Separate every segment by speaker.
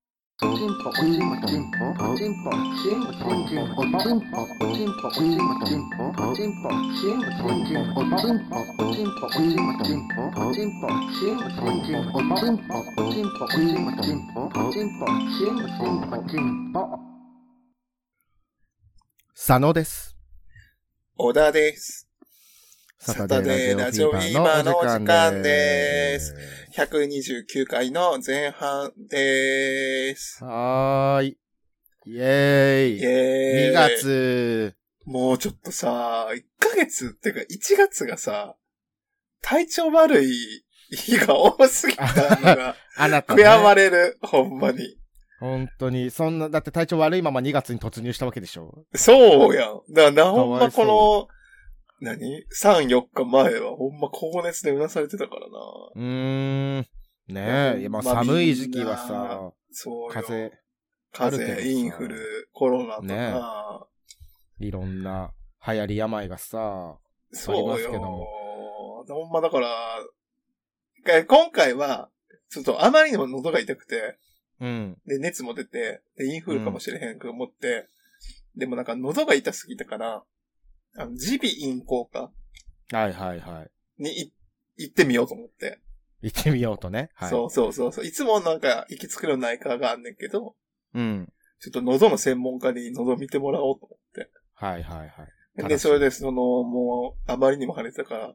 Speaker 1: チンポおチンポチンポおチンポチンポチンポチンポおチンポチンポチンポおチンポチンポチンポチンポおチンポチンポチンポチンポチンポチンポチンポチンポチンポチンポチンポチンポチンポチンポ
Speaker 2: 佐野です。
Speaker 3: 小田です。サタデーラジオフィーバーのお時間です。129回の前半でーす。
Speaker 2: はーい。イェ
Speaker 3: イ
Speaker 2: ーイ。2。
Speaker 3: ェーイ。
Speaker 2: 月。
Speaker 3: もうちょっとさ、1ヶ月っていうか1月がさ、体調悪い日が多すぎたのが
Speaker 2: あなた、
Speaker 3: 悔やま
Speaker 2: ね。
Speaker 3: れる、ほんまに。
Speaker 2: 本当に、そんな、だって体調悪いまま2月に突入したわけでしょ。
Speaker 3: そうやん。だからな、ほん
Speaker 2: かわ
Speaker 3: ま
Speaker 2: いそう
Speaker 3: この、何 ?3、4日前はほんま高熱でうなされてたからな。
Speaker 2: うーん。ね
Speaker 3: う
Speaker 2: え、
Speaker 3: ん
Speaker 2: まあ
Speaker 3: まあ
Speaker 2: 寒い時期は
Speaker 3: みんな
Speaker 2: さ、
Speaker 3: そうよ。
Speaker 2: 風邪、
Speaker 3: 風
Speaker 2: あるけ
Speaker 3: 邪、
Speaker 2: どさ
Speaker 3: インフル、コロナとか、
Speaker 2: ねいろんな流行り病がさ、
Speaker 3: そ
Speaker 2: あ
Speaker 3: う
Speaker 2: りますけど
Speaker 3: よ。ほんまだから、え今回は、ちょっとあまりにも喉が痛くて、
Speaker 2: うん。
Speaker 3: で、熱も出て、で、インフルかもしれへんと思って、でもなんか喉が痛すぎたから、あの、耳鼻咽喉科
Speaker 2: はいはいはい。
Speaker 3: にい行ってみようと思って。
Speaker 2: 行ってみようとね。はい。
Speaker 3: そうそうそうそう。いつもなんか行きつけの内科があんねんけど、
Speaker 2: うん。
Speaker 3: ちょっと喉の専門家に喉見てもらおうと思って。
Speaker 2: はいはいはい。正し
Speaker 3: で、
Speaker 2: い
Speaker 3: それで、その、もう、あまりにも腫れてたから、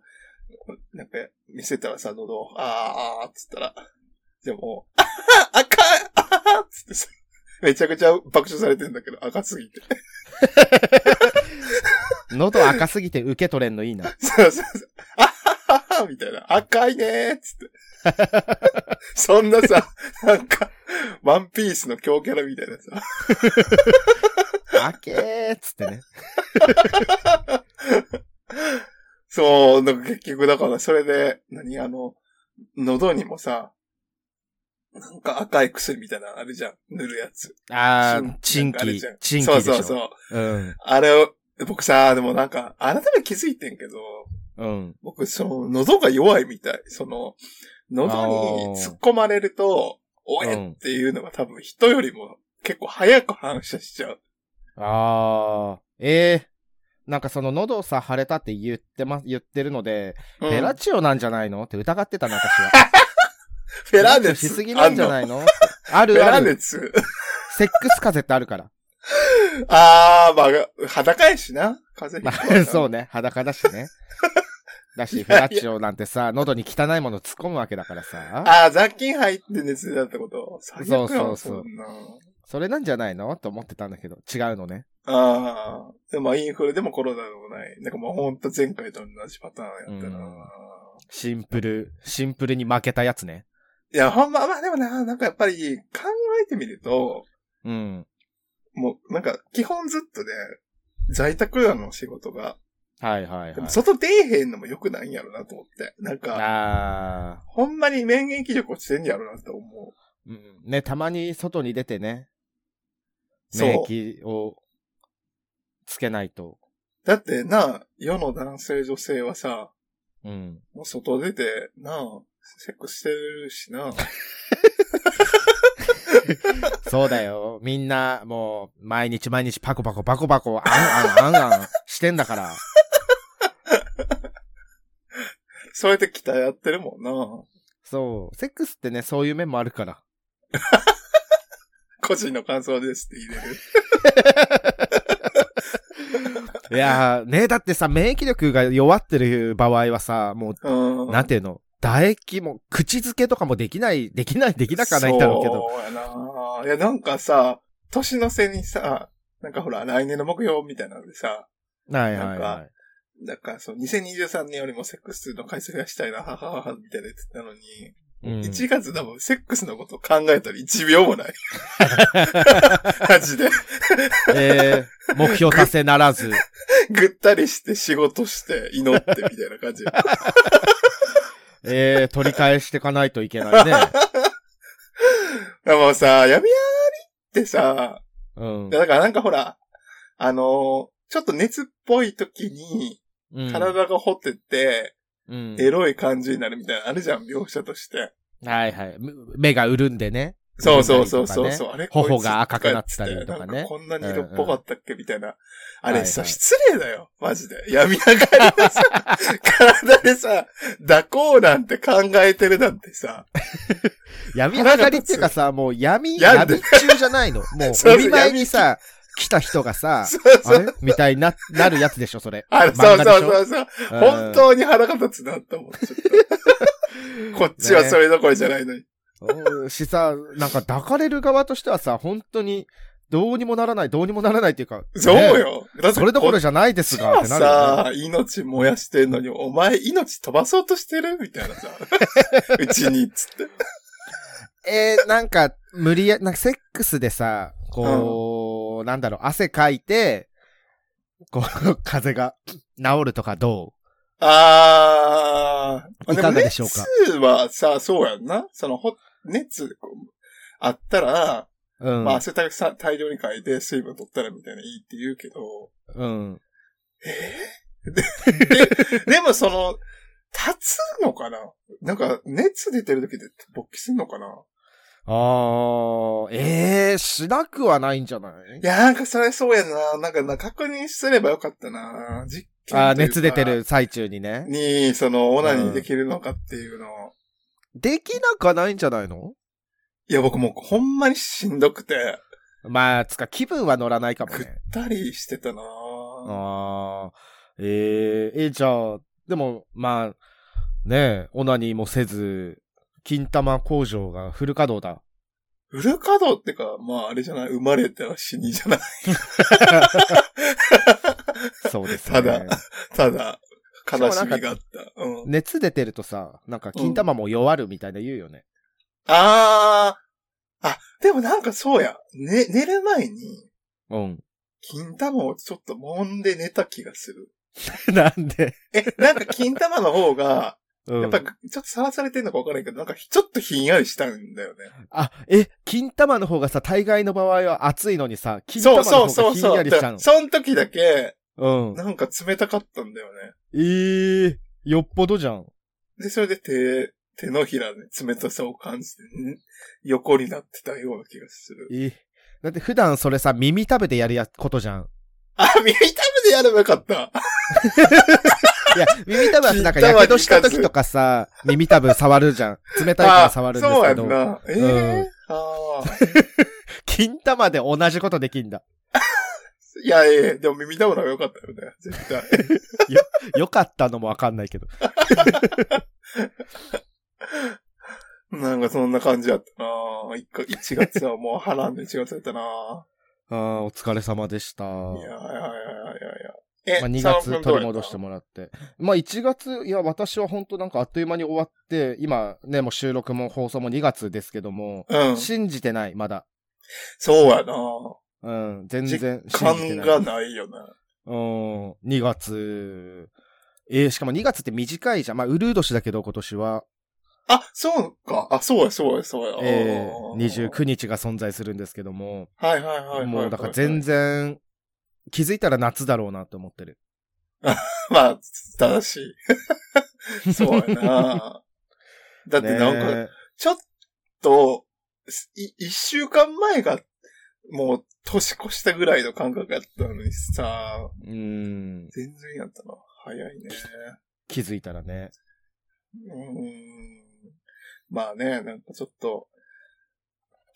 Speaker 3: なんか、見せたらさ、喉を、あーあーっつったら、でも、あはは赤いあははっつってさ、めちゃくちゃ爆笑されてんだけど、赤すぎて。
Speaker 2: 喉赤すぎて受け取れんのいいな。
Speaker 3: そうそうそう。あはははみたいな。赤いねーっつって。そんなさ、なんか、ワンピースの強キャラみたいなさ、
Speaker 2: 開けーっつってね。
Speaker 3: そう、なんか結局だから、それで、何あの、喉にもさ、なんか赤い薬みたいなのあるじゃん。塗るやつ。
Speaker 2: あ
Speaker 3: なん
Speaker 2: ー
Speaker 3: か、
Speaker 2: チン
Speaker 3: ある
Speaker 2: キ
Speaker 3: じゃん、
Speaker 2: チンキ
Speaker 3: そう
Speaker 2: でしょ。
Speaker 3: そうそう。
Speaker 2: うん。
Speaker 3: あれを、僕さ、でもなんか、改めて気づいてんけど、
Speaker 2: うん。
Speaker 3: 僕、その、喉が弱いみたい。その、喉に突っ込まれると、おえ
Speaker 2: うん
Speaker 3: っていうのが多分人よりも結構早く反射しちゃう。
Speaker 2: あー、ええなんかその喉さ、腫れたって言ってま、言ってるので、
Speaker 3: うん
Speaker 2: ベラチオなんじゃないのって疑ってたな、私は。
Speaker 3: フェラー
Speaker 2: ベ
Speaker 3: ネ
Speaker 2: ラチオし
Speaker 3: ツ。
Speaker 2: すぎなんじゃ
Speaker 3: い
Speaker 2: ないのあ
Speaker 3: フ
Speaker 2: る
Speaker 3: ェ
Speaker 2: あ
Speaker 3: ラー
Speaker 2: る。
Speaker 3: ネツ。
Speaker 2: セックス風邪ってあるから。
Speaker 3: あー、まあ、裸やしな。風
Speaker 2: ま
Speaker 3: 邪ひくわ
Speaker 2: あ、
Speaker 3: な
Speaker 2: そうね。裸だし ね。だし、フェラチオなんてさ、喉に汚いもの突っ込むわけだからさ。
Speaker 3: ああ、雑菌入って熱出たってこと最悪やわ
Speaker 2: そうそうそうん
Speaker 3: な
Speaker 2: それなんじゃないのと思ってたんだけど、違うのね。
Speaker 3: ああ。でもインフルでもコロナでもない。なんかもうほんと前回と同じパターンやったな。
Speaker 2: うんシンプル、シンプルに負けたやつね。
Speaker 3: いや、ほんま、まあでもな、なんかやっぱり考えてみると、
Speaker 2: うん。
Speaker 3: もうなんか基本ずっとね、在宅なの仕事が。
Speaker 2: はいはい
Speaker 3: で
Speaker 2: はい。
Speaker 3: も外出えへんのも良くないんやろなと思って。なんか、
Speaker 2: ああ。
Speaker 3: ほんまに免疫力落ちてんやろなと思う。
Speaker 2: うん。ね、たまに外に出てね、免
Speaker 3: そう。
Speaker 2: 疫をつけないと。
Speaker 3: だってな、世の男性女性はさ、
Speaker 2: うん。
Speaker 3: もう外出て、なあ、セックスしてるしな。
Speaker 2: そうだよ。 みんな、もう、毎日毎日パコパコパコパコ、あんあんあんあんしてんだから。
Speaker 3: そうやって鍛え合ってるもんな。
Speaker 2: そう。セックスってね、そういう面もあるから。
Speaker 3: 個人の感想ですって入れる。
Speaker 2: いやー、ね、だってさ、免疫力が弱ってる場合はさ、もう
Speaker 3: うん。
Speaker 2: なんていうの唾液も、口づけとかもできない、できない、できなくはないんだろうけど。
Speaker 3: そうやな。いや、なんかさ、年の瀬にさ、なんかほら、来年の目標みたいなんでさ、
Speaker 2: はいはいはい。
Speaker 3: なんかそう、2023年よりもセックスの回数増やしたいな、はははは、みたいなやつなのに、
Speaker 2: うん
Speaker 3: 1月多分セックスのこと考えたら1秒もない。マジで。
Speaker 2: えー、目標達成ならず。
Speaker 3: ぐったりして仕事して祈ってみたいな感じ。
Speaker 2: えー、取り返していかないといけない ね。
Speaker 3: でもさ、闇ありってさ、
Speaker 2: うん
Speaker 3: いやだからなんかほら、あのーちょっと熱っぽい時に、
Speaker 2: うん。
Speaker 3: 体がほてて、
Speaker 2: うん。
Speaker 3: エロい感じになるみたいなのあるじゃん、描写として。
Speaker 2: はいはい。む目が潤んでね。
Speaker 3: そうそうそうそうそう。あれ
Speaker 2: 頬が赤くなってたりとかね
Speaker 3: なんこんなに色っぽかったっけみたいな。あ
Speaker 2: はいは
Speaker 3: れ
Speaker 2: い
Speaker 3: さ、失礼だよ。マジで。病み上 がりのさ、体でさ、抱こうなんて考えてるなん てさ。
Speaker 2: 闇上がりっていうかさ、もう闇、
Speaker 3: やん
Speaker 2: 闇
Speaker 3: で
Speaker 2: 中じゃ ないの。もう
Speaker 3: そうそう、
Speaker 2: お見舞いにさ、来た人がさ、
Speaker 3: そう
Speaker 2: あ
Speaker 3: そう。
Speaker 2: れみたいにな、なるやつでしょ、それ。
Speaker 3: あれ、そ
Speaker 2: 漫
Speaker 3: う
Speaker 2: 画
Speaker 3: そう
Speaker 2: でしょ
Speaker 3: そうそう。
Speaker 2: うん
Speaker 3: 本当に腹が立つなと思っちゃ った。こっちはそれどころじゃないのに。
Speaker 2: うんしさ、なんか抱かれる側としてはさ、本当に、どうにもならない、どうにもならないっていうか。
Speaker 3: そう
Speaker 2: ね。
Speaker 3: よ。だって
Speaker 2: それどころじゃないですが、ってなるよ、ね。
Speaker 3: さ、命燃やしてんのに、お前命飛ばそうとしてるみたいな さ。うちに、つって。
Speaker 2: えー、なんか、無理や、なんかセックスでさ、こう、なんだろう、汗かいて、こう、 風邪が治るとかど
Speaker 3: あー。
Speaker 2: いかがでしょうか
Speaker 3: も熱はさ、そうやんな。その、ほ、熱、こうあったら、
Speaker 2: ううん。
Speaker 3: まあ汗たくさん大量にかいて水分取ったらみたいないいって言うけど、
Speaker 2: うん。
Speaker 3: でもその、立つのかななんか、熱出てる時で勃起すんのかな
Speaker 2: あー、えー、しなくはないんじゃない
Speaker 3: いや、なんかそれそうやな。なんかな、確認すればよかったな。実験というか
Speaker 2: あー、熱出て。る最中にね。
Speaker 3: に、その、オナニーできるのかっていうのを。
Speaker 2: できなくはないんじゃないの
Speaker 3: いや、僕もうほんまにしんどくて、
Speaker 2: まあ、つか、気分は乗らないかも
Speaker 3: ぐっ
Speaker 2: ね。
Speaker 3: たりしてたな。
Speaker 2: ああ、えええじゃあ、でも、まあ、ねえ、オナニーもせず、金玉工場がフル稼働だ。
Speaker 3: フル稼働ってか、まああれじゃない、生まれては死にじゃない。
Speaker 2: そうです
Speaker 3: た
Speaker 2: ね。
Speaker 3: だただ、悲し
Speaker 2: しかもな
Speaker 3: み
Speaker 2: んか
Speaker 3: があった。うん。
Speaker 2: 熱出てるとさ、なんか金玉も弱るみたいな言うよね。
Speaker 3: あー。あ、でもなんかそうや。ね、寝る前に、
Speaker 2: うん。
Speaker 3: 金玉をちょっと揉んで寝た気がする。
Speaker 2: なんで、
Speaker 3: え、なんか金玉の方が、
Speaker 2: うん、
Speaker 3: やっぱ、ちょっとさらされてんのかわからないけど、なんか、ちょっとひんやりしたんだよね。
Speaker 2: あ、え、金玉の方がさ、大概の場合は熱いのにさ、金
Speaker 3: そ
Speaker 2: 玉
Speaker 3: うそ
Speaker 2: の
Speaker 3: う
Speaker 2: 方が
Speaker 3: そう
Speaker 2: ひん
Speaker 3: そ
Speaker 2: や
Speaker 3: う。
Speaker 2: りしちゃう
Speaker 3: だ
Speaker 2: の。
Speaker 3: その時だけ、
Speaker 2: うん。
Speaker 3: なんか冷たかったんだよね。
Speaker 2: ええよっぽどじゃん。
Speaker 3: で、それで手、手のひらで冷たさを感じて、ん横になってたような気がする。
Speaker 2: えだって普段それさ、耳食べてやるやことじゃん。
Speaker 3: あ、耳たぶでやればよかった。
Speaker 2: いや、耳たぶはなんか、やけどした時とかさ、耳たぶ触るじゃん。冷たいから触るんですけ
Speaker 3: あそう
Speaker 2: ど、
Speaker 3: やんな。ええ
Speaker 2: うん
Speaker 3: ああ。
Speaker 2: 金玉で同じことできんだ。
Speaker 3: いや、ええでも耳たぶの方がよかったよね。絶対。
Speaker 2: よかったのもわかんないけど。
Speaker 3: なんかそんな感じだったな。一か一月はもう波乱の一月だったな。
Speaker 2: ああ、お疲れ様でした。
Speaker 3: いやいやい
Speaker 2: ま
Speaker 3: やいやいや。え、
Speaker 2: あ、2
Speaker 3: 沢村
Speaker 2: 月
Speaker 3: どう
Speaker 2: 取り
Speaker 3: やった
Speaker 2: 戻してもらって。まあ1月、いや、私は本当なんかあっという間に終わって、今ね、もう収録も放送も2月ですけども、
Speaker 3: うん。
Speaker 2: 信じてない、まだ。
Speaker 3: そうやな
Speaker 2: うん、全然信じて
Speaker 3: 感
Speaker 2: ない。
Speaker 3: がないよね。
Speaker 2: うん、2月。えー、しかも2月って短いじゃん。まあ、うるう年だけど、今年は。
Speaker 3: あ、そうか。あ、そうや、そうや、そうや。
Speaker 2: え
Speaker 3: あ
Speaker 2: ー、。29日が存在するんですけども、
Speaker 3: はいはいはいはいはい。
Speaker 2: もうだから全。然、気づいたら夏だろうなと思ってる。
Speaker 3: まあ、正し い。そうやなだってなんか、
Speaker 2: ね
Speaker 3: ちょっと、い一週間前が、もう、年越したぐらいの感覚だったのにさ、
Speaker 2: えうん、
Speaker 3: 全然やったな。早いね。
Speaker 2: 気づいたらね。
Speaker 3: うーんまあね、なんかちょっと、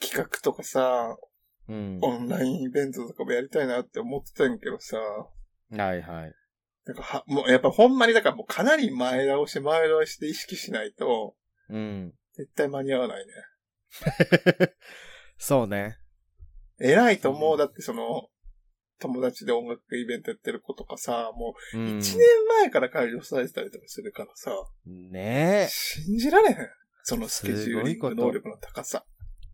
Speaker 3: 企画とかさ、
Speaker 2: うん。
Speaker 3: オンラインイベントとかもやりたいなって思ってたんやけどさ、
Speaker 2: はいはい。
Speaker 3: なんかは、もうやっぱほんまにだからもうかなり前倒し前倒しで意識しないと、
Speaker 2: うん。
Speaker 3: 絶対間に合わないね。
Speaker 2: そうね。
Speaker 3: 偉いと思う、だってその、友達で音楽イベントやってる子とかさ、も
Speaker 2: う
Speaker 3: う1
Speaker 2: ん。
Speaker 3: 年前から開業されてたりとかするからさ、
Speaker 2: ねえ。
Speaker 3: 信じられへん。そのスケジューリング能力の高さ。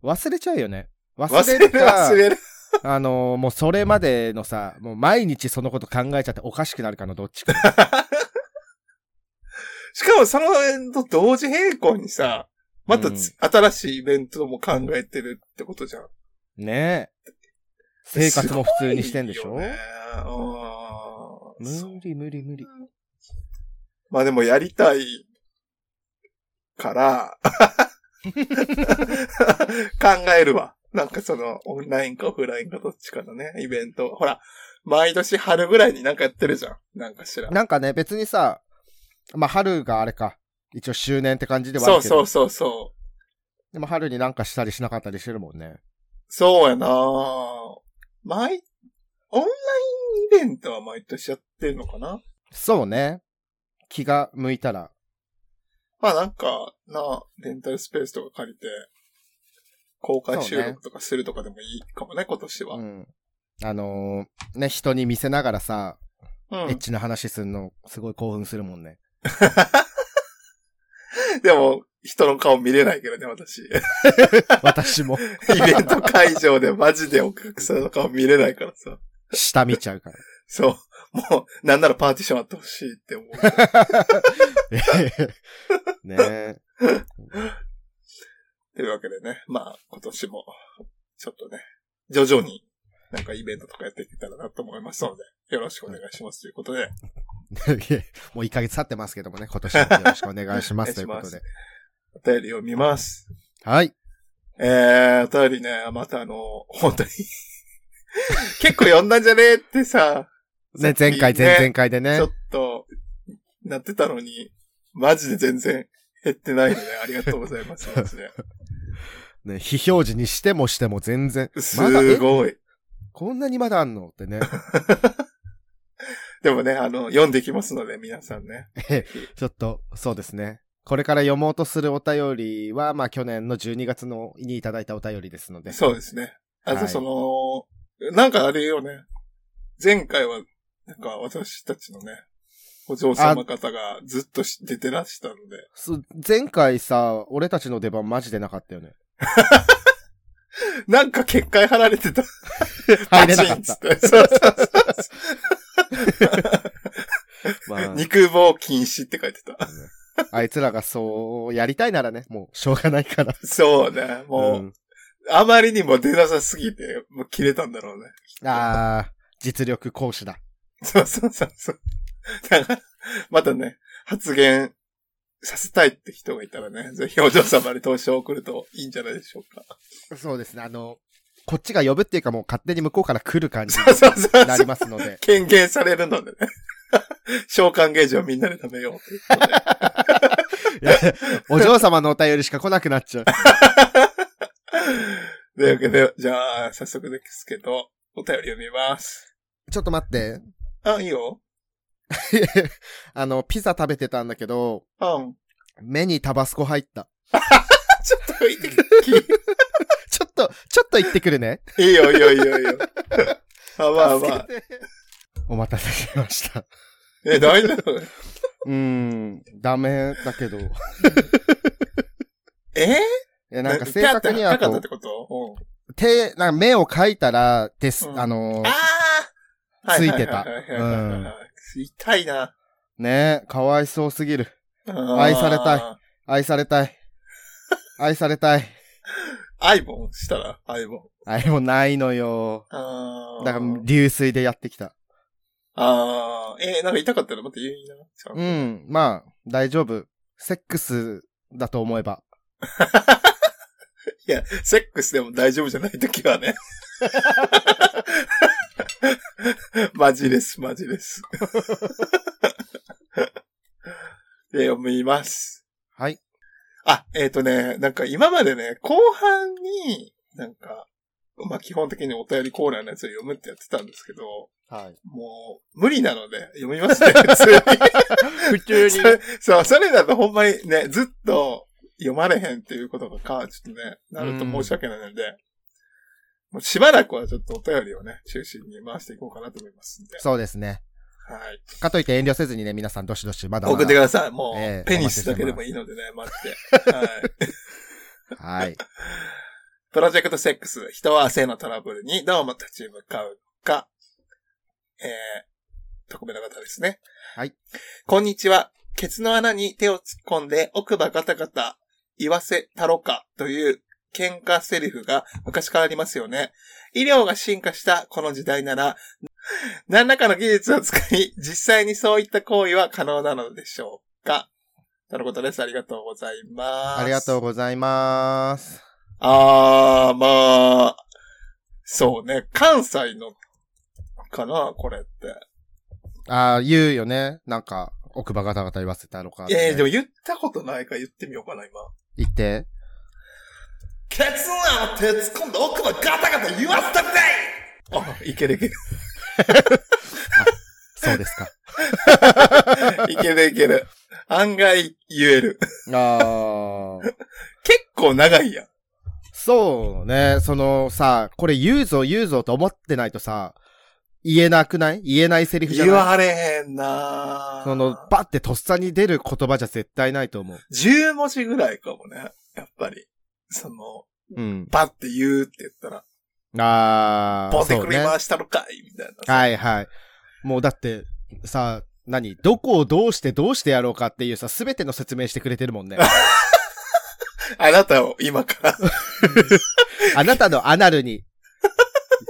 Speaker 2: 忘れちゃうよね。
Speaker 3: 忘
Speaker 2: 忘
Speaker 3: れ
Speaker 2: れ
Speaker 3: る
Speaker 2: る
Speaker 3: 忘
Speaker 2: か、
Speaker 3: れる。
Speaker 2: あのーもうそれまでのさ、もう毎日そのこと考えちゃっておかしくなるかのどっちか。
Speaker 3: しかもその辺と同時並行にさ、またつ、新しいイベントも考えてるってことじゃん。
Speaker 2: ねえ。生活も普通にしてんでし
Speaker 3: いい
Speaker 2: ょ
Speaker 3: よねうん
Speaker 2: 無理無理無理。
Speaker 3: まあでもやりたいから、考えるわ。なんかその、オンラインかオフラインかどっちかのね、イベント。ほら、毎年春ぐらいになんかやってるじゃん。なんかしら。
Speaker 2: なんかね、別にさ、まあ、春があれか。一応周年って感じではあ
Speaker 3: そ
Speaker 2: る
Speaker 3: う
Speaker 2: けど。
Speaker 3: そうそうそう。
Speaker 2: でも春になんかしたりしなかったりしてるもんね。
Speaker 3: そうやなぁ毎、オンラインイベントは毎年やってんのかな
Speaker 2: そうね。気が向いたら。
Speaker 3: まあなんか、なあレンタルスペースとか借りて、公開収録とかするとかでもいいかもね、今年は。
Speaker 2: う
Speaker 3: うん。
Speaker 2: ん。あのーね、人に見せながらさ、エッチな話するの、すごい興奮するもんね。
Speaker 3: でも、人の顔見れないけどね、 私。イ
Speaker 2: 私も、
Speaker 3: ベント会場でマジでお客さんの顔見れないからさ。
Speaker 2: 下見ちゃうから。
Speaker 3: そう。もう、なんならパーティションあってほしいって思う。
Speaker 2: ね え。
Speaker 3: というわけでね、まあ、今年も、ちょっとね、徐々に、なんかイベントとかやっていけたらなと思いますので、よろしくお願いしますということで、
Speaker 2: いえもう1ヶ月経ってますけどもね、今年もよろしくお願いしますということで。
Speaker 3: お便りを見ます。
Speaker 2: はい。
Speaker 3: えー、お便りね、またあの、本当に、 結構読んだんじゃねえってさ、
Speaker 2: ね、前回、
Speaker 3: ね
Speaker 2: 前々回でね
Speaker 3: ちょ。っと、なってたのに、マジで全然減ってないので、ありがとうございます。マ ジで
Speaker 2: ね、非表示にしてもしても全然。まだ、
Speaker 3: す
Speaker 2: え
Speaker 3: ごい。
Speaker 2: こんなにまだあんのって ね。
Speaker 3: でもね、あの、読んできますので、皆さんね。
Speaker 2: ちょっと、そうですね。これから読もうとするお便りは、まあ去年の12月のにいただいたお便りですので。
Speaker 3: そうですね。あ
Speaker 2: は
Speaker 3: と
Speaker 2: い
Speaker 3: その、なんかあれよね。前回は、なんか私たちのね、お嬢様方がずっとし出てらしたんで、
Speaker 2: す前回さ、俺たちの出番マジでなかったよね。
Speaker 3: なんか結界張られてた。
Speaker 2: 入れなかっ
Speaker 3: パチ
Speaker 2: た。
Speaker 3: ンつって そうそう
Speaker 2: まあ、
Speaker 3: 肉棒禁止って書いてた。
Speaker 2: あいつらがそうやりたいならね、もうしょうがないから。
Speaker 3: そうね。もう、
Speaker 2: ん
Speaker 3: あまりにも出なさすぎて、もう切れたんだろうね。
Speaker 2: ああ、実力行使だ。
Speaker 3: そうそうそうそう。だから、またね、発言させたいって人がいたらね、ぜひお嬢様に投資を送るといいんじゃないでしょうか。
Speaker 2: そうですね、あの、こっちが呼ぶっていうかもう勝手に向こうから来る感じ
Speaker 3: そうそうそうそう。
Speaker 2: になりますの で
Speaker 3: 権限されるのでね。 召喚ゲージをみんなで食べようということで。
Speaker 2: いやお嬢様のお便りしか来なくなっちゃう。
Speaker 3: というわけで、じゃあ、早速ですけど、お便り読みます。
Speaker 2: ちょっと待って。
Speaker 3: あ、いいよ。
Speaker 2: あの、ピザ食べてたんだけど、
Speaker 3: うん。
Speaker 2: 目にタバスコ入った。
Speaker 3: ちょっといて
Speaker 2: ちょっと、ちょっと行ってくるね。
Speaker 3: いいよ、いいよ、いいよ、い いよ。あ、まあまあ。
Speaker 2: お待たせしました。
Speaker 3: え、大丈夫
Speaker 2: うーん、ダメだけど。
Speaker 3: え
Speaker 2: え、なんか正確には
Speaker 3: なかっ
Speaker 2: こ
Speaker 3: たって
Speaker 2: う、
Speaker 3: ことうん。
Speaker 2: 手、なんか目を描いたら、です、
Speaker 3: うん
Speaker 2: あの
Speaker 3: あ
Speaker 2: ー、
Speaker 3: あ
Speaker 2: ついてたうん
Speaker 3: 痛いな。
Speaker 2: ねかわいそうすぎる。
Speaker 3: うん
Speaker 2: 愛されたい。愛されたい。愛されたい。
Speaker 3: 愛もしたら愛も。
Speaker 2: あれもないのよ。
Speaker 3: あー
Speaker 2: だから、流水でやってきた。
Speaker 3: ああ、えーなんか痛かったらまた言いな。ちゃんと
Speaker 2: うん、まあ、大丈夫。セックスだと思えば。
Speaker 3: いや、セックスでも大丈夫じゃないときはね。 マジです、マジです。 で、読みます。
Speaker 2: はい。
Speaker 3: あ、えっ、とね、なんか今までね、後半に、なんか、まあ、基本的にお便りコーナーのやつを読むってやってたんですけど、
Speaker 2: はい。
Speaker 3: もう、無理なので、読みますね、普通に。
Speaker 2: 普通
Speaker 3: それそう、それだとほんまにね、ずっと読まれへんっていうことがか、ちょっとね、なると申し訳ないので、もうしばらくはちょっとお便りをね、中心に回していこうかなと思いますんで。
Speaker 2: そうですね。
Speaker 3: はい。
Speaker 2: かといって遠慮せずにね、皆さんどしどしまだまだ。
Speaker 3: 送ってください。もう、
Speaker 2: ええ
Speaker 3: ペニスだけでもいいのでね、待 って。はい。
Speaker 2: はい。
Speaker 3: プロジェクトセックス、人は性のトラブルにどうも立ち向かうか、えー、特命の方ですね。
Speaker 2: はい。
Speaker 3: こんにちは。ケツの穴に手を突っ込んで奥歯ガタガタ言わせたろかという喧嘩セリフが昔からありますよね。医療が進化したこの時代なら、何らかの技術を使い、実際にそういった行為は可能なのでしょうかなるほどです。ありがとうございます。
Speaker 2: ありがとう
Speaker 3: う。
Speaker 2: ございます。
Speaker 3: あー、まあ、そうね。関西の、かなこれって。
Speaker 2: ああ、言うよね。なんか、奥歯ガタガタ言わせたのか、
Speaker 3: いやいや、でも言ったことないから言ってみようかな、今。
Speaker 2: 言って。
Speaker 3: ケツナを手突っ込んで奥歯ガタガタ言わせたくないあ、いけるい ける。
Speaker 2: そうですか。
Speaker 3: いけるいける。案外言える。
Speaker 2: ああ。
Speaker 3: 結構長いやん。
Speaker 2: そうね。そのさ、これ言うぞ言うぞと思ってないとさ、言えなくない言えないセリフじゃ
Speaker 3: 言
Speaker 2: ない
Speaker 3: われへんなぁ
Speaker 2: その、バってとっさに出る言葉じゃ絶対ないと思う。
Speaker 3: 10文字ぐらいかもね。やっぱり。その、
Speaker 2: うん。
Speaker 3: バって言うって言ったら、
Speaker 2: ああ。
Speaker 3: ボテ
Speaker 2: そ
Speaker 3: く
Speaker 2: う
Speaker 3: り
Speaker 2: ね
Speaker 3: 回したのかいみたいな。
Speaker 2: はいはい。もうだって、さ、何どこをどうしてどうしてやろうかっていうさ、すべての説明してくれてるもんね。
Speaker 3: あなたを今から、
Speaker 2: あなたのアナルに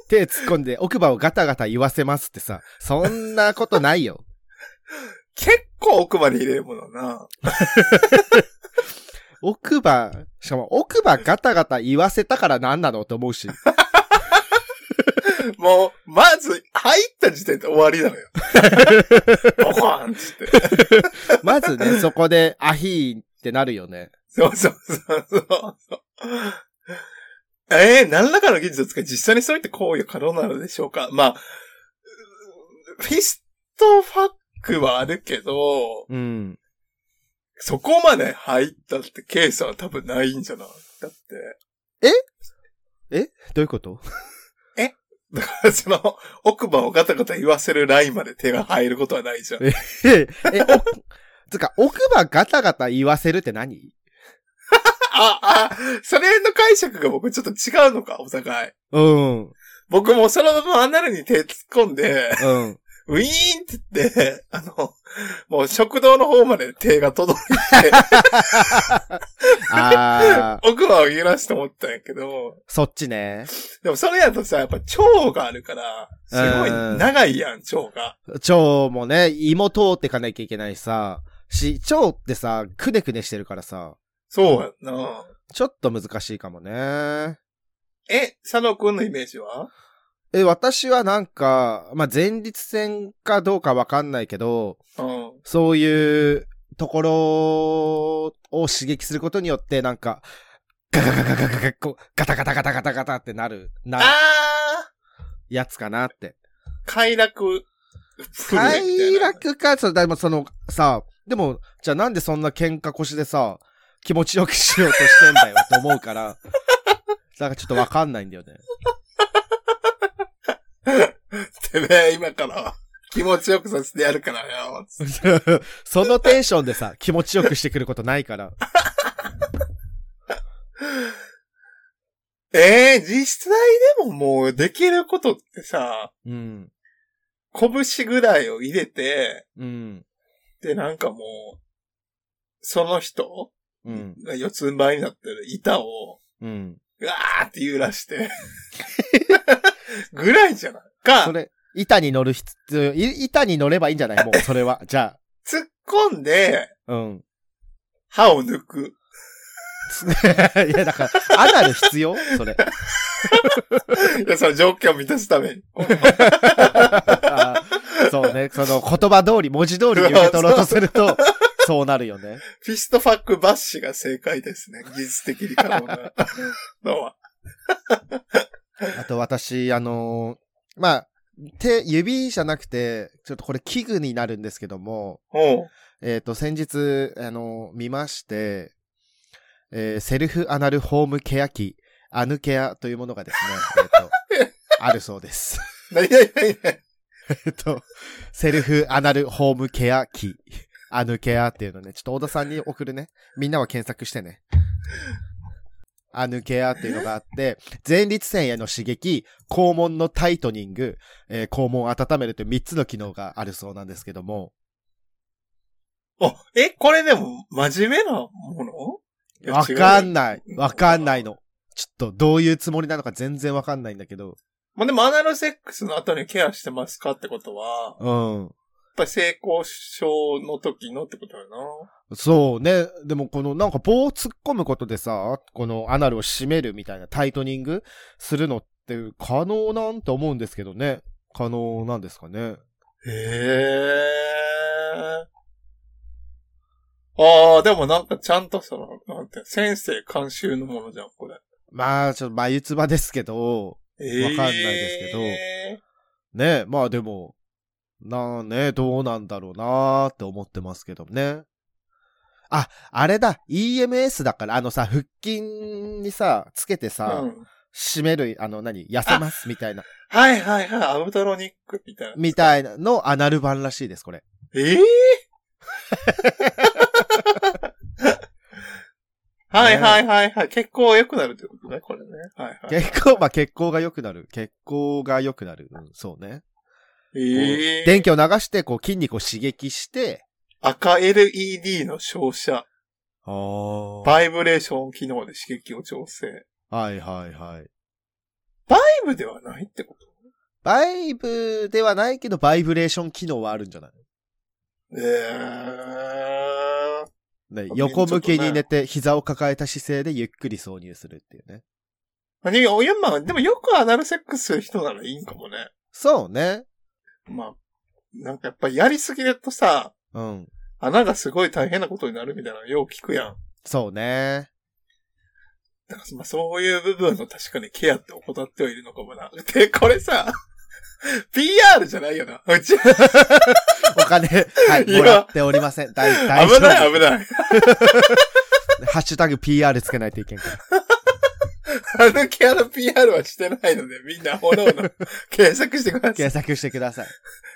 Speaker 2: 手突っ込んで奥歯をガタガタ言わせますってさ、そんなことないよ。
Speaker 3: 結構奥まで入れるものな
Speaker 2: 奥歯、しかも奥歯ガタガタ言わせたから何なのと思う し。
Speaker 3: もう、まず、入った時点で終わりなのよ。ボコーンっつって。
Speaker 2: まずね、そこでアヒーってなるよね。
Speaker 3: そうそうそうそうそう。えー、何らかの技術を使い、実際にそれって行為は可能なのでしょうかまあ、うフィストファックはあるけど、
Speaker 2: うん。
Speaker 3: そこまで入ったってケースは多分ないんじゃないだって、
Speaker 2: どういうこと
Speaker 3: だから その、奥歯をガタガタ言わせるラインまで手が入ることはないじゃん。
Speaker 2: え え、お、つか、奥歯ガタガタ言わせるって何
Speaker 3: あ、あ、それの解釈が僕ちょっと違うのか、お互い。
Speaker 2: うん。うん。
Speaker 3: 僕もそのままアナルに手突っ込んで、 ウィーンって言って、あの、もう食堂の方まで手が届いて、
Speaker 2: あー、
Speaker 3: 奥歯を揺らして思ったんやけど、
Speaker 2: そっちね。
Speaker 3: でもそれやとさ、やっぱ腸があるから、すごい
Speaker 2: うん
Speaker 3: 長いやん、腸が。
Speaker 2: 腸もね、胃も通ってかなきゃいけないさ、し、腸ってさ、くねくねしてるからさ、
Speaker 3: そうやんな。
Speaker 2: ちょっと難しいかもね。
Speaker 3: え、佐野くんのイメージは
Speaker 2: え、私はなんか、まあ、前立腺かどうかわかんないけど、
Speaker 3: うん。
Speaker 2: そういうところを刺激することによって、なんか、ガガガガガガガ、こう、ガタガタガタガタガタってなる、
Speaker 3: あ
Speaker 2: な、
Speaker 3: ー
Speaker 2: やつかなって。
Speaker 3: 快楽、
Speaker 2: 快
Speaker 3: 快
Speaker 2: 楽か、そう、でもその、さ、でも、じゃあなんでそんな喧嘩腰でさ、気持ちよくしようとしてんだよと思うから、なんかちょっとわかんないんだよね。
Speaker 3: てめえ、 今から気持ちよくさせてやるからよ。つって
Speaker 2: そのテンションでさ、気持ちよくしてくることないから。
Speaker 3: ええ実際でももうできることってさ、
Speaker 2: うん。
Speaker 3: 拳ぐらいを入れて、
Speaker 2: うん。
Speaker 3: で、なんかもう、その人
Speaker 2: うん。
Speaker 3: が四つん這いになってる板を、
Speaker 2: うん。
Speaker 3: うわーって揺 らして、ぐらいじゃないか
Speaker 2: そ、れ、板に乗る必要、い板に乗ればいいんじゃない もう、それは。じゃ
Speaker 3: 突っ込んで、
Speaker 2: あ。うん。
Speaker 3: 歯を抜く。
Speaker 2: いや、だから、アナル必要それ。
Speaker 3: いや、その条件を満たすために。
Speaker 2: あーそうね、その言葉通り、文字通りに受け取ろうとすると、そうなるよね。
Speaker 3: フィストファックバッシュが正解ですね。技術的に可能なのは。
Speaker 2: あと私、あのーまあ、手、指じゃなくて、ちょっとこれ器具になるんですけども、
Speaker 3: おう
Speaker 2: えっ、と、先日、あの、見まして、えーセルフアナルホームケア機、アヌケアというものがですね、えっ と、あるそうです。
Speaker 3: 何々何
Speaker 2: えっと、セルフアナルホームケア機、アヌケアっていうのね、ちょっと小田さんに送るね。みんなは検索してね。アヌケアっていうのがあって、前立腺への刺激、肛門のタイトニング、えー肛門を温めるという3つの機能があるそうなんですけども、
Speaker 3: 々お、え、これでも真面目なもの
Speaker 2: わかん
Speaker 3: いや。違う
Speaker 2: ない。わかんないの。ちょっとどういうつもりなのか全然わかんないんだけど。
Speaker 3: まあ、でもアナルセックスの後にケアしてますかってことは、
Speaker 2: うん。
Speaker 3: ぱり成功症の時のってことだよな。
Speaker 2: そうね。でもこのなんか棒を突っ込むことでさ、このアナルを締めるみたいなタイトニングするのって可能なんて思うんですけどね。可能なんですかね。
Speaker 3: へえ。ああ、でもなんかちゃんとその、なんて、先生監修のものじゃん、これ。
Speaker 2: まあ、ちょっと眉唾ですけど、
Speaker 3: え
Speaker 2: わかんないですけどね。まあでも、なあね、どうなんだろうなーって思ってますけどね。あ、あれだ、EMS だから、あのさ、腹筋にさ、つけてさ、
Speaker 3: うん。
Speaker 2: 締める、あの何、痩せますみたいな、
Speaker 3: はいはいはい、アブトロニックみたいな。
Speaker 2: みたいなのアナル版らしいです、これ。
Speaker 3: ええ はいはいはいはい。結構良くなるってことね、これね。はいは い。
Speaker 2: 結構、まあ、血行が良くなる。血行が良くなる。うん、そうね。
Speaker 3: ええ
Speaker 2: 電気を流して、こう、筋肉を刺激して、
Speaker 3: 赤 LED の照射、
Speaker 2: ああ。は
Speaker 3: バイブレーション機能で刺激を調整。
Speaker 2: いはいはい。
Speaker 3: バイブではないってこと
Speaker 2: バイブではないけど、バイブレーション機能はあるんじゃない
Speaker 3: ええ
Speaker 2: ね
Speaker 3: あ、
Speaker 2: 横向きに寝て、膝を抱えた姿勢でゆっくり挿入するっていうね。
Speaker 3: 何が、いや、まあ、でもよくアナルセックスする人ならいいんかもね。
Speaker 2: そうね。
Speaker 3: まあ、なんかやっぱやりすぎるとさ、
Speaker 2: うん。
Speaker 3: 穴がすごい大変なことになるみたいなのよく聞くやん。
Speaker 2: そう ね。
Speaker 3: だからまあそういう部分の確かにケアって怠ってはいるのかもな。で、これさ、PR じゃないよな。うち、危
Speaker 2: お金、はい、
Speaker 3: いや
Speaker 2: もらっておりません。大、大丈夫。
Speaker 3: ない危ない。
Speaker 2: ハッシュタグ PR つけないといけん から。
Speaker 3: あのケアの PR はしてないので、みんな、おの おの、検索してください
Speaker 2: 検。索してください。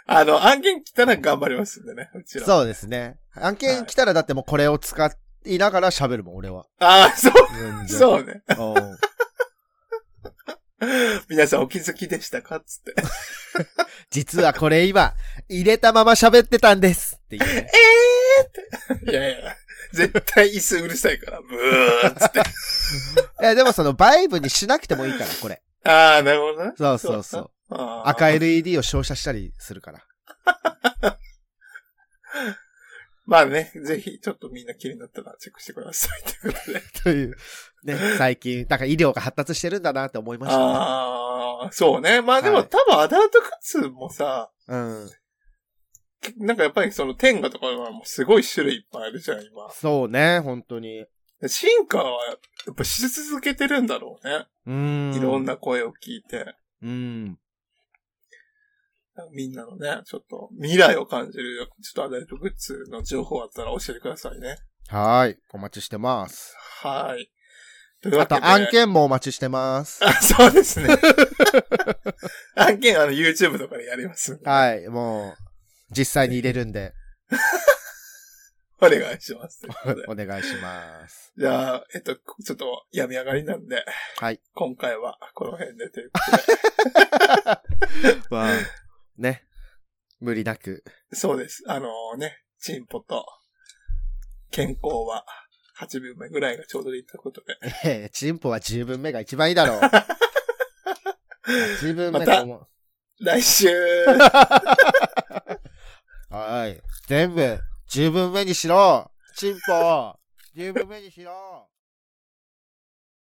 Speaker 3: あの、案件来たら頑張りますんでね、うちら。
Speaker 2: そうですね。案件来たらだってもうこれを使いながら喋るもん、俺 は。
Speaker 3: ああ、そう、
Speaker 2: 全然
Speaker 3: そうね。
Speaker 2: うん
Speaker 3: 皆さんお気づきでしたかつって。
Speaker 2: 実はこれ今、入れたまま喋ってたんですっていうね。
Speaker 3: えー って。いやいや、絶対椅子うるさいから、ブーっつって。
Speaker 2: いや、でもそのバイブにしなくてもいいから、これ。
Speaker 3: ああ、なるほどね。
Speaker 2: そうそうそう。
Speaker 3: あー
Speaker 2: 赤 LED を照射したりするから。
Speaker 3: まあね、ぜひ、ちょっとみんな気になったらチェックしてください。ということで。
Speaker 2: という。ね、最近、なんか医療が発達してるんだなって思いましたね、
Speaker 3: ああ、そうね。まあでも、
Speaker 2: はい
Speaker 3: 多分アダルト活もさ、
Speaker 2: うん。
Speaker 3: なんかやっぱりその天下とかはもうすごい種類いっぱいあるじゃん、今。
Speaker 2: そうね、本当に。
Speaker 3: で進化はやっぱし続けてるんだろうね。
Speaker 2: うん。
Speaker 3: いろん。な声を聞いて。
Speaker 2: うん。
Speaker 3: みんなのね、ちょっと未来を感じる、ちょっとアダルトグッズの情報あったら教えてくださいね。
Speaker 2: はーい。お待ちしてます。
Speaker 3: はい。という
Speaker 2: あ
Speaker 3: わけ
Speaker 2: と、
Speaker 3: で。
Speaker 2: 案件もお待ちしてます。
Speaker 3: あそうですね。 案件、あの、YouTube とかでやりますんで。
Speaker 2: はい、もう、実際に入れるんで、
Speaker 3: お願いします。ということで
Speaker 2: お願いします。
Speaker 3: じゃあ、えっと、ちょっと、病み上がりなんで、
Speaker 2: はい。
Speaker 3: 今回はこの辺でという。
Speaker 2: まあ、ね。無理なく。
Speaker 3: そうです。あのね、チンポと、健康は、8分目ぐらいがちょうどいいということで。
Speaker 2: ええ、チンポは十分目が一番いいだろう。十分目が思う。
Speaker 3: 来週
Speaker 2: はい。全部、十分目にしろチンポを十分目にしろ